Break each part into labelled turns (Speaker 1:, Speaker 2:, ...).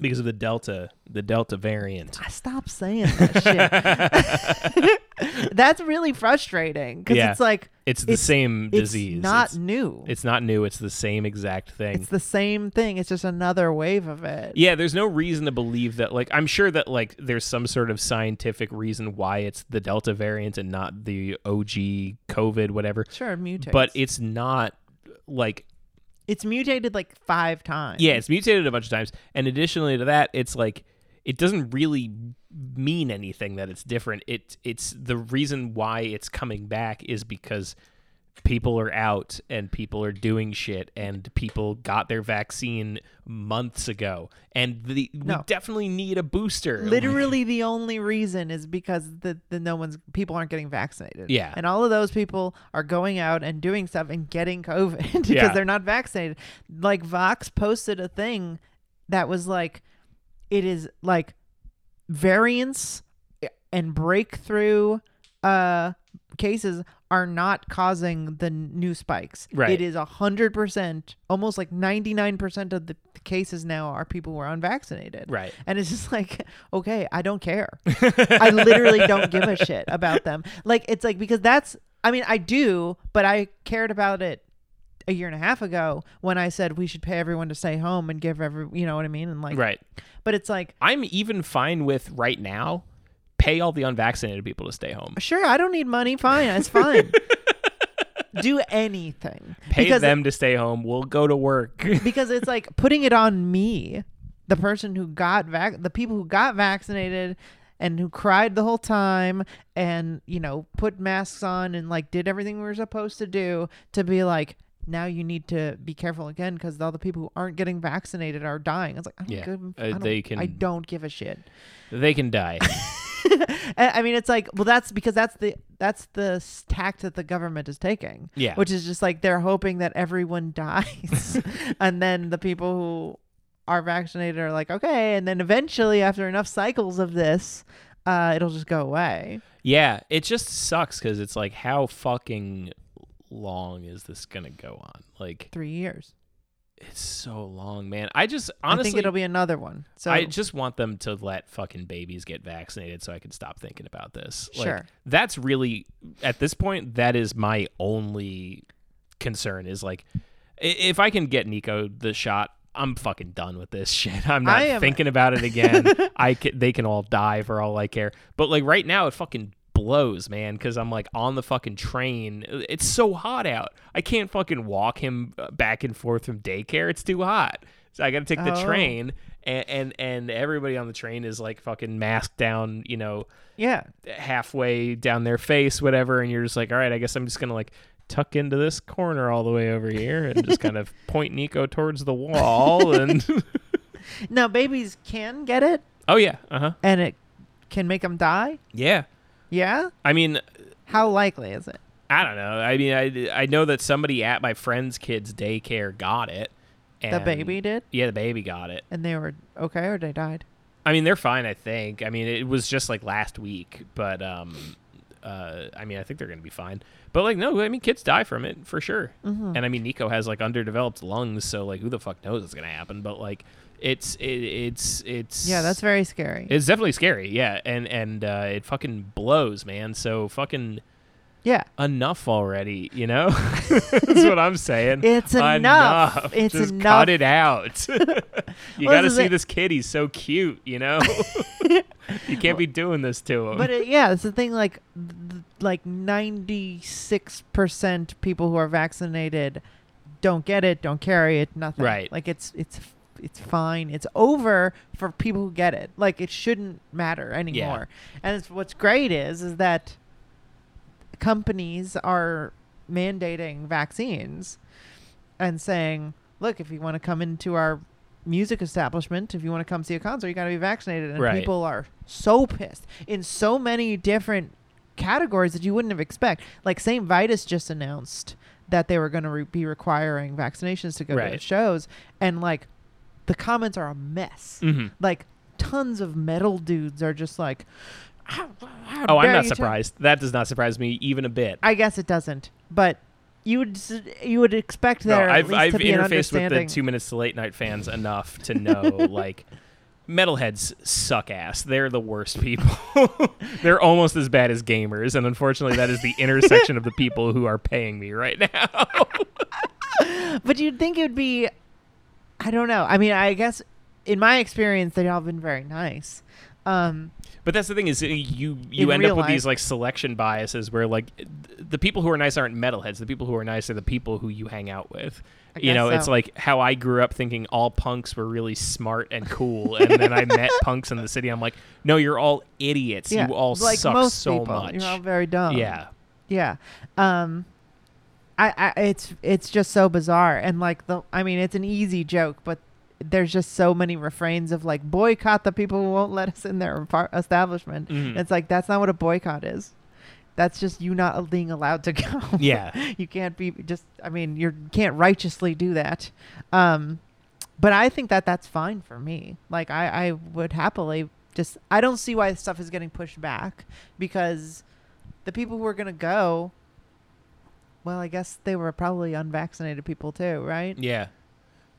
Speaker 1: because of the delta, the delta variant.
Speaker 2: Stop saying that shit. That's really frustrating because
Speaker 1: Yeah.
Speaker 2: it's like
Speaker 1: It's the
Speaker 2: It's-
Speaker 1: same
Speaker 2: it's
Speaker 1: disease.
Speaker 2: not
Speaker 1: it's,
Speaker 2: new.
Speaker 1: it's not new. It's the same exact thing.
Speaker 2: it's the same thing. It's just another wave of it.
Speaker 1: yeah, there's no reason to believe that. Like, I'm sure that like there's some sort of scientific reason why it's the Delta variant and not the OG COVID, whatever.
Speaker 2: Sure, it mutates.
Speaker 1: But it's not like
Speaker 2: it's mutated like five times.
Speaker 1: yeah, it's mutated a bunch of times. And additionally to that, it's like it doesn't really mean anything that it's different. It it's the reason why it's coming back is because people are out and people are doing shit and people got their vaccine months ago and the, we
Speaker 2: No.
Speaker 1: definitely need a booster.
Speaker 2: Literally, the only reason is because the, the no one's people aren't getting vaccinated.
Speaker 1: Yeah.
Speaker 2: and all of those people are going out and doing stuff and getting COVID because
Speaker 1: Yeah.
Speaker 2: they're not vaccinated. Like Vox posted a thing that was like, it is like variants and breakthrough uh cases are not causing the n- new spikes.
Speaker 1: Right.
Speaker 2: It is a hundred percent, almost like ninety nine percent of the cases now are people who are unvaccinated.
Speaker 1: Right.
Speaker 2: And it's just like, okay, I don't care. I literally don't give a shit about them. Like it's like because that's I mean, I do, but I cared about it a year and a half ago when I said we should pay everyone to stay home and give every you know what I mean? And like
Speaker 1: right.
Speaker 2: but it's like
Speaker 1: I'm even fine with right now pay all the unvaccinated people to stay home.
Speaker 2: sure, I don't need money. Fine, it's fine. Do anything
Speaker 1: Pay
Speaker 2: because
Speaker 1: them to stay home. We'll go to work.
Speaker 2: because it's like putting it on me, the person who got vac, the people who got vaccinated and who cried the whole time and you know put masks on and like did everything we were supposed to do to be like now you need to be careful again because all the people who aren't getting vaccinated are dying. It's like I don't
Speaker 1: Yeah.
Speaker 2: give,
Speaker 1: Uh,
Speaker 2: I don't-
Speaker 1: they can-
Speaker 2: I don't give a shit.
Speaker 1: they can die.
Speaker 2: I I mean, it's like, well, that's because that's the that's the s- tact that the government is taking.
Speaker 1: Yeah.
Speaker 2: which is just like they're hoping that everyone dies, and then the people who are vaccinated are like, okay, and then eventually, after enough cycles of this, uh, it'll just go away.
Speaker 1: Yeah, it just sucks because it's like, how fucking long is this gonna go on? Like,
Speaker 2: Three years.
Speaker 1: it's so long, man. I just honestly,
Speaker 2: I think it'll be another one. So
Speaker 1: I just want them to let fucking babies get vaccinated so I can stop thinking about this. Like,
Speaker 2: Sure.
Speaker 1: that's really at this point that is my only concern is like, i- if I can get Nico the shot. I'm fucking done with this shit. I'm not
Speaker 2: I am-
Speaker 1: thinking about it again. I ca they can all die for all I care. But like right now, it fucking blows, man. Because I'm like on the fucking train. It's so hot out. I can't fucking walk him uh, back and forth from daycare. It's too hot. So I got to take the train
Speaker 2: Oh.
Speaker 1: train, and, and and everybody on the train is like fucking masked down you know
Speaker 2: yeah,
Speaker 1: halfway down their face whatever and you're just like all right i guess i'm just gonna like tuck into this corner all the way over here and just kind of point nico towards the wall and
Speaker 2: now babies can get it,
Speaker 1: oh yeah uh-huh
Speaker 2: and it can make them die.
Speaker 1: yeah
Speaker 2: Yeah,
Speaker 1: i mean
Speaker 2: how likely is it?
Speaker 1: i don't know i mean i i know that somebody at my friend's kid's daycare got it and
Speaker 2: The baby did,
Speaker 1: yeah the baby got it
Speaker 2: and they were okay, or they died.
Speaker 1: I mean, they're fine. I think. I mean, it was just like last week, but um, uh, I mean, I think they're gonna be fine. But like, no, I mean, kids die from it for sure.
Speaker 2: Mm-hmm.
Speaker 1: And I mean, Nico has like underdeveloped lungs, so like, who the fuck knows what's gonna happen? But like, it's it, it's it's
Speaker 2: Yeah, that's very scary.
Speaker 1: it's definitely scary. Yeah, and and uh, it fucking blows, man. So fucking
Speaker 2: yeah.
Speaker 1: enough already, you know? That's what I'm saying.
Speaker 2: It's enough. It's
Speaker 1: Just
Speaker 2: enough.
Speaker 1: cut it out. you got to
Speaker 2: is
Speaker 1: see
Speaker 2: it.
Speaker 1: this kid. He's so cute, you know? you can't be doing this to him.
Speaker 2: but it, yeah, it's the thing. Like, th- like ninety six percent people who are vaccinated don't get it, don't carry it, nothing.
Speaker 1: Right.
Speaker 2: Like it's it's it's fine. It's over for people who get it. Like it shouldn't matter anymore. And it's, what's great is is that companies are mandating vaccines and saying, look, if you want to come into our music establishment, if you want to come see a concert, you got to be vaccinated. And
Speaker 1: Right.
Speaker 2: people are so pissed in so many different categories that you wouldn't have expect. Like St. Vitus just announced that they were going to re- be requiring vaccinations to go to
Speaker 1: Right.
Speaker 2: the shows, and like the comments are a mess.
Speaker 1: Mhm.
Speaker 2: Like tons of metal dudes are just like, how, how
Speaker 1: oh, I'm
Speaker 2: dare
Speaker 1: not
Speaker 2: you tell-
Speaker 1: surprised. That does not surprise me even a bit.
Speaker 2: I guess it doesn't, but you would s- you would expect
Speaker 1: no,
Speaker 2: there at
Speaker 1: I've,
Speaker 2: least
Speaker 1: I've
Speaker 2: to be
Speaker 1: interfaced
Speaker 2: an
Speaker 1: with
Speaker 2: understanding.
Speaker 1: the two minutes to late night fans enough to know, like, metalheads suck ass. They're the worst people. They're almost as bad as gamers, and unfortunately, that is the intersection of the people who are paying me right now.
Speaker 2: but you'd think it'd be I don't know. I mean, I guess in my experience they've all been very nice. Um
Speaker 1: but that's the thing is uh, you you
Speaker 2: In
Speaker 1: end up
Speaker 2: real
Speaker 1: with
Speaker 2: life.
Speaker 1: these like selection biases where like th- the people who are nice aren't metalheads. The people who are nice are the people who you hang out with.
Speaker 2: I
Speaker 1: You know,
Speaker 2: guess
Speaker 1: it's
Speaker 2: so.
Speaker 1: like how I grew up thinking all punks were really smart and cool, and then I met punks in the city. I'm like, no, you're all idiots.
Speaker 2: yeah,
Speaker 1: you all
Speaker 2: like
Speaker 1: suck
Speaker 2: most
Speaker 1: so
Speaker 2: people,
Speaker 1: much.
Speaker 2: You're all very dumb.
Speaker 1: yeah,
Speaker 2: Yeah. Um I, I it's it's just so bizarre and like the I mean it's an easy joke but there's just so many refrains of like boycott the people who won't let us in their apar- establishment.
Speaker 1: Mhm.
Speaker 2: It's like that's not what a boycott is. That's just you not being allowed to go.
Speaker 1: Yeah.
Speaker 2: you can't be just I mean you're- you can't righteously do that. Um but I think that that's fine for me. Like I I would happily just I don't see why stuff is getting pushed back because the people who are going to go well, I guess they were probably unvaccinated people too, right?
Speaker 1: yeah. Mm.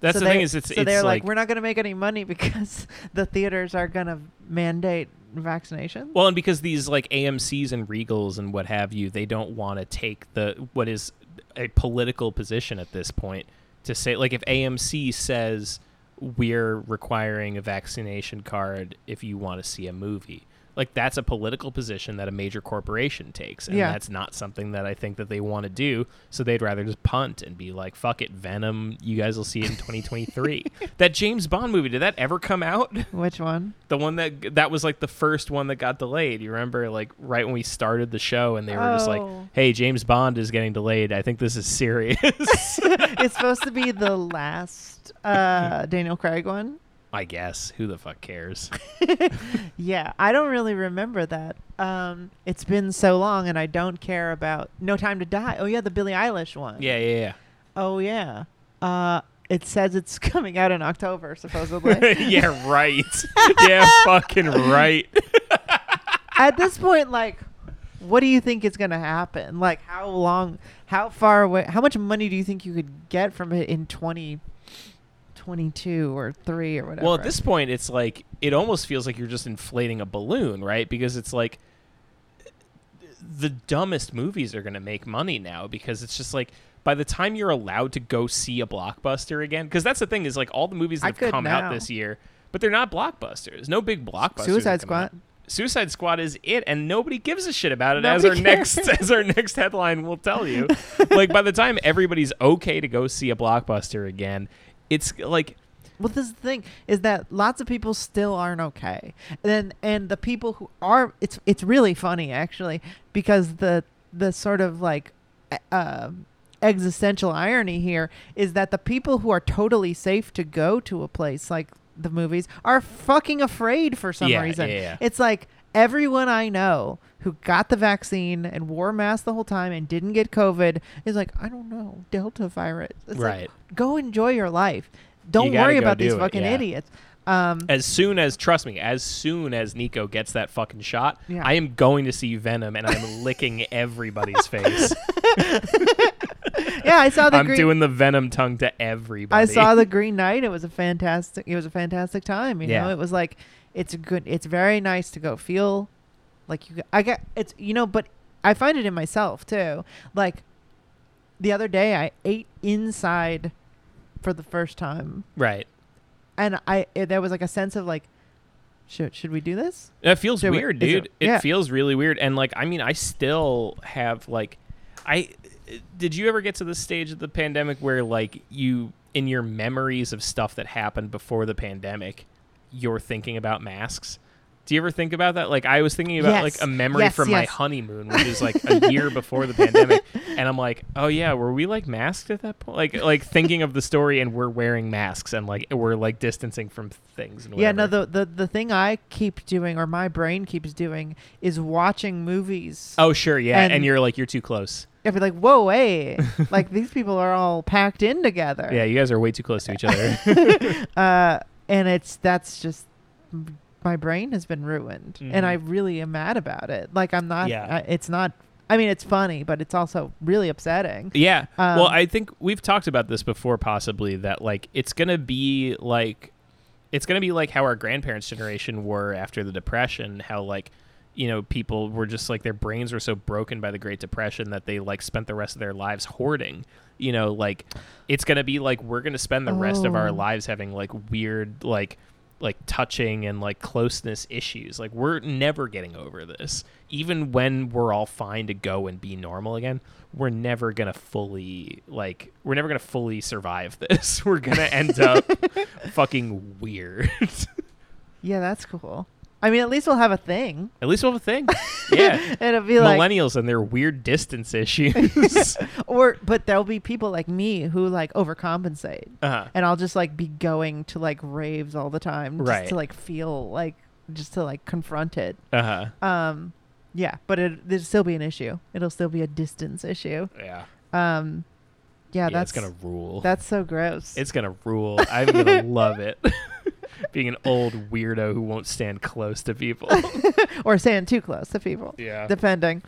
Speaker 1: That's
Speaker 2: So
Speaker 1: the thing
Speaker 2: they-
Speaker 1: is it's
Speaker 2: so
Speaker 1: it's
Speaker 2: they're like, we're not going to make any money because the theaters are going to mandate vaccinations.
Speaker 1: Well, and because these like AMC's and Regals and what have you, they don't want to take the what is a political position at this point to say like if AMC says we're requiring a vaccination card if you want to see a movie. Like that's a political position that a major corporation takes and
Speaker 2: Yeah.
Speaker 1: that's not something that I think that they want to do, so they'd rather just punt and be like fuck it Venom, you guys will see it in 2023. that James Bond movie, did that ever come out?
Speaker 2: Which one?
Speaker 1: The one that that was like the first one that got delayed. You remember, like right when we started the show, and they were just like,
Speaker 2: Oh.
Speaker 1: "Hey, James Bond is getting delayed. I think this is serious."
Speaker 2: it's supposed to be the last uh, Daniel Craig one.
Speaker 1: I guess who the fuck cares?
Speaker 2: Yeah, I don't really remember that. Um, it's been so long, and I don't care about No Time to Die. Oh yeah, the Billie Eilish one.
Speaker 1: Yeah, yeah,
Speaker 2: Oh yeah. Uh, it says it's coming out in October,
Speaker 1: yeah,
Speaker 2: supposedly.
Speaker 1: yeah. Right. yeah, fucking right.
Speaker 2: At this point, like, what do you think is gonna happen? Like, how long? How far away? How much money do you think you could get from it in twenty twenty two or three or whatever?
Speaker 1: Well, at this point, it's like it almost feels like you're just inflating a balloon, right? Because it's like the dumbest movies are going to make money now because it's just like by the time you're allowed to go see a blockbuster again, because that's the thing is like all the movies that
Speaker 2: I
Speaker 1: have
Speaker 2: could
Speaker 1: come out
Speaker 2: now.
Speaker 1: this year, but they're not blockbusters. No big blockbusters. have
Speaker 2: Suicide
Speaker 1: come out.
Speaker 2: Squad.
Speaker 1: Suicide Squad is it, and nobody gives a shit about it. as our
Speaker 2: Nobody
Speaker 1: next
Speaker 2: cares.
Speaker 1: as our next headline will tell you, like by the time everybody's okay to go see a blockbuster again, it's like
Speaker 2: Well, this is the thing is that lots of people still aren't okay, and then, and the people who are, it's it's really funny actually because the the sort of like e- um existential irony here is that the people who are totally safe to go to a place like the movies are fucking afraid for some
Speaker 1: Yeah,
Speaker 2: reason.
Speaker 1: yeah, yeah.
Speaker 2: It's like everyone I know who got the vaccine and wore masks the whole time and didn't get COVID is like, I don't know, Delta virus. It's like,
Speaker 1: Right.
Speaker 2: go enjoy your life. Don't
Speaker 1: gotta
Speaker 2: worry
Speaker 1: go
Speaker 2: about these
Speaker 1: do it,
Speaker 2: fucking
Speaker 1: yeah.
Speaker 2: idiots. Um,
Speaker 1: as soon as trust me, as soon as Nico gets that fucking shot,
Speaker 2: Yeah.
Speaker 1: I am going to see Venom and I'm licking everybody's face.
Speaker 2: yeah, I saw the
Speaker 1: I'm
Speaker 2: green.
Speaker 1: doing the Venom tongue to everybody.
Speaker 2: I saw the Green Knight. It was a fantastic. It was a fantastic time. You
Speaker 1: Yeah.
Speaker 2: know, it was like it's a good. It's very nice to go feel like you. I got it's you know, but I find it in myself too. Like the other day, I ate inside for the first time,
Speaker 1: right.
Speaker 2: and I it, there was like a sense of like, should should we do this?
Speaker 1: That feels
Speaker 2: Dude, wait,
Speaker 1: weird,
Speaker 2: is it-
Speaker 1: dude. It,
Speaker 2: yeah.
Speaker 1: feels really weird. And like, I mean, I still have like, I did you ever get to the stage of the pandemic where like you in your memories of stuff that happened before the pandemic, you're thinking about masks. Do you ever think about that? Like I was thinking about
Speaker 2: Yes.
Speaker 1: like a memory
Speaker 2: Yes,
Speaker 1: from my
Speaker 2: yes.
Speaker 1: honeymoon, which is like a year before the pandemic, and I'm like, oh yeah, were we like masked at that point? Like like thinking of the story and we're wearing masks and like we're like distancing from things. And
Speaker 2: Yeah, no,
Speaker 1: whatever.
Speaker 2: the, the the thing I keep doing or my brain keeps doing is watching movies.
Speaker 1: Oh sure, yeah,
Speaker 2: And-
Speaker 1: and you're like you're too close.
Speaker 2: I'd be like, whoa, hey. like these people are all packed in together.
Speaker 1: Yeah, you guys are way too close to each other.
Speaker 2: Uh, and it's that's just my brain has been ruined
Speaker 1: Mhm.
Speaker 2: and I really am mad about it. Like I'm not
Speaker 1: Yeah.
Speaker 2: I, it's not I mean it's funny, but it's also really upsetting.
Speaker 1: yeah. well,
Speaker 2: Um,
Speaker 1: I think we've talked about this before possibly that like it's going to be like it's going to be like how our grandparents' generation were after the Depression, how like you know people were just like their brains were so broken by the Great Depression that they like spent the rest of their lives hoarding. You know, like it's going to be like we're going to spend the rest of our
Speaker 2: Oh.
Speaker 1: lives having like weird like like touching and like closeness issues. Like we're never getting over this. Even when we're all fine to go and be normal again, we're never going to fully like we're never going to fully survive this. We're going to end up fucking weird.
Speaker 2: Yeah, that's cool. I mean, at least we'll have a thing.
Speaker 1: At least we'll have a thing. Yeah.
Speaker 2: It'll be like
Speaker 1: Millennials and their weird distance issues.
Speaker 2: or but there'll be people like me who like overcompensate.
Speaker 1: uh-huh.
Speaker 2: and I'll just like be going to like raves all the time just
Speaker 1: Right.
Speaker 2: to like feel like just to like confront it.
Speaker 1: Uh-huh.
Speaker 2: Um yeah, but it it'll still be an issue. It'll still be a distance issue.
Speaker 1: Yeah.
Speaker 2: Um yeah,
Speaker 1: Yeah,
Speaker 2: that's
Speaker 1: it's gonna rule.
Speaker 2: that's so gross.
Speaker 1: It's gonna rule. I'm gonna love it. Being an old weirdo who won't stand close to people.
Speaker 2: or saying too close to people.
Speaker 1: Yeah.
Speaker 2: Depending.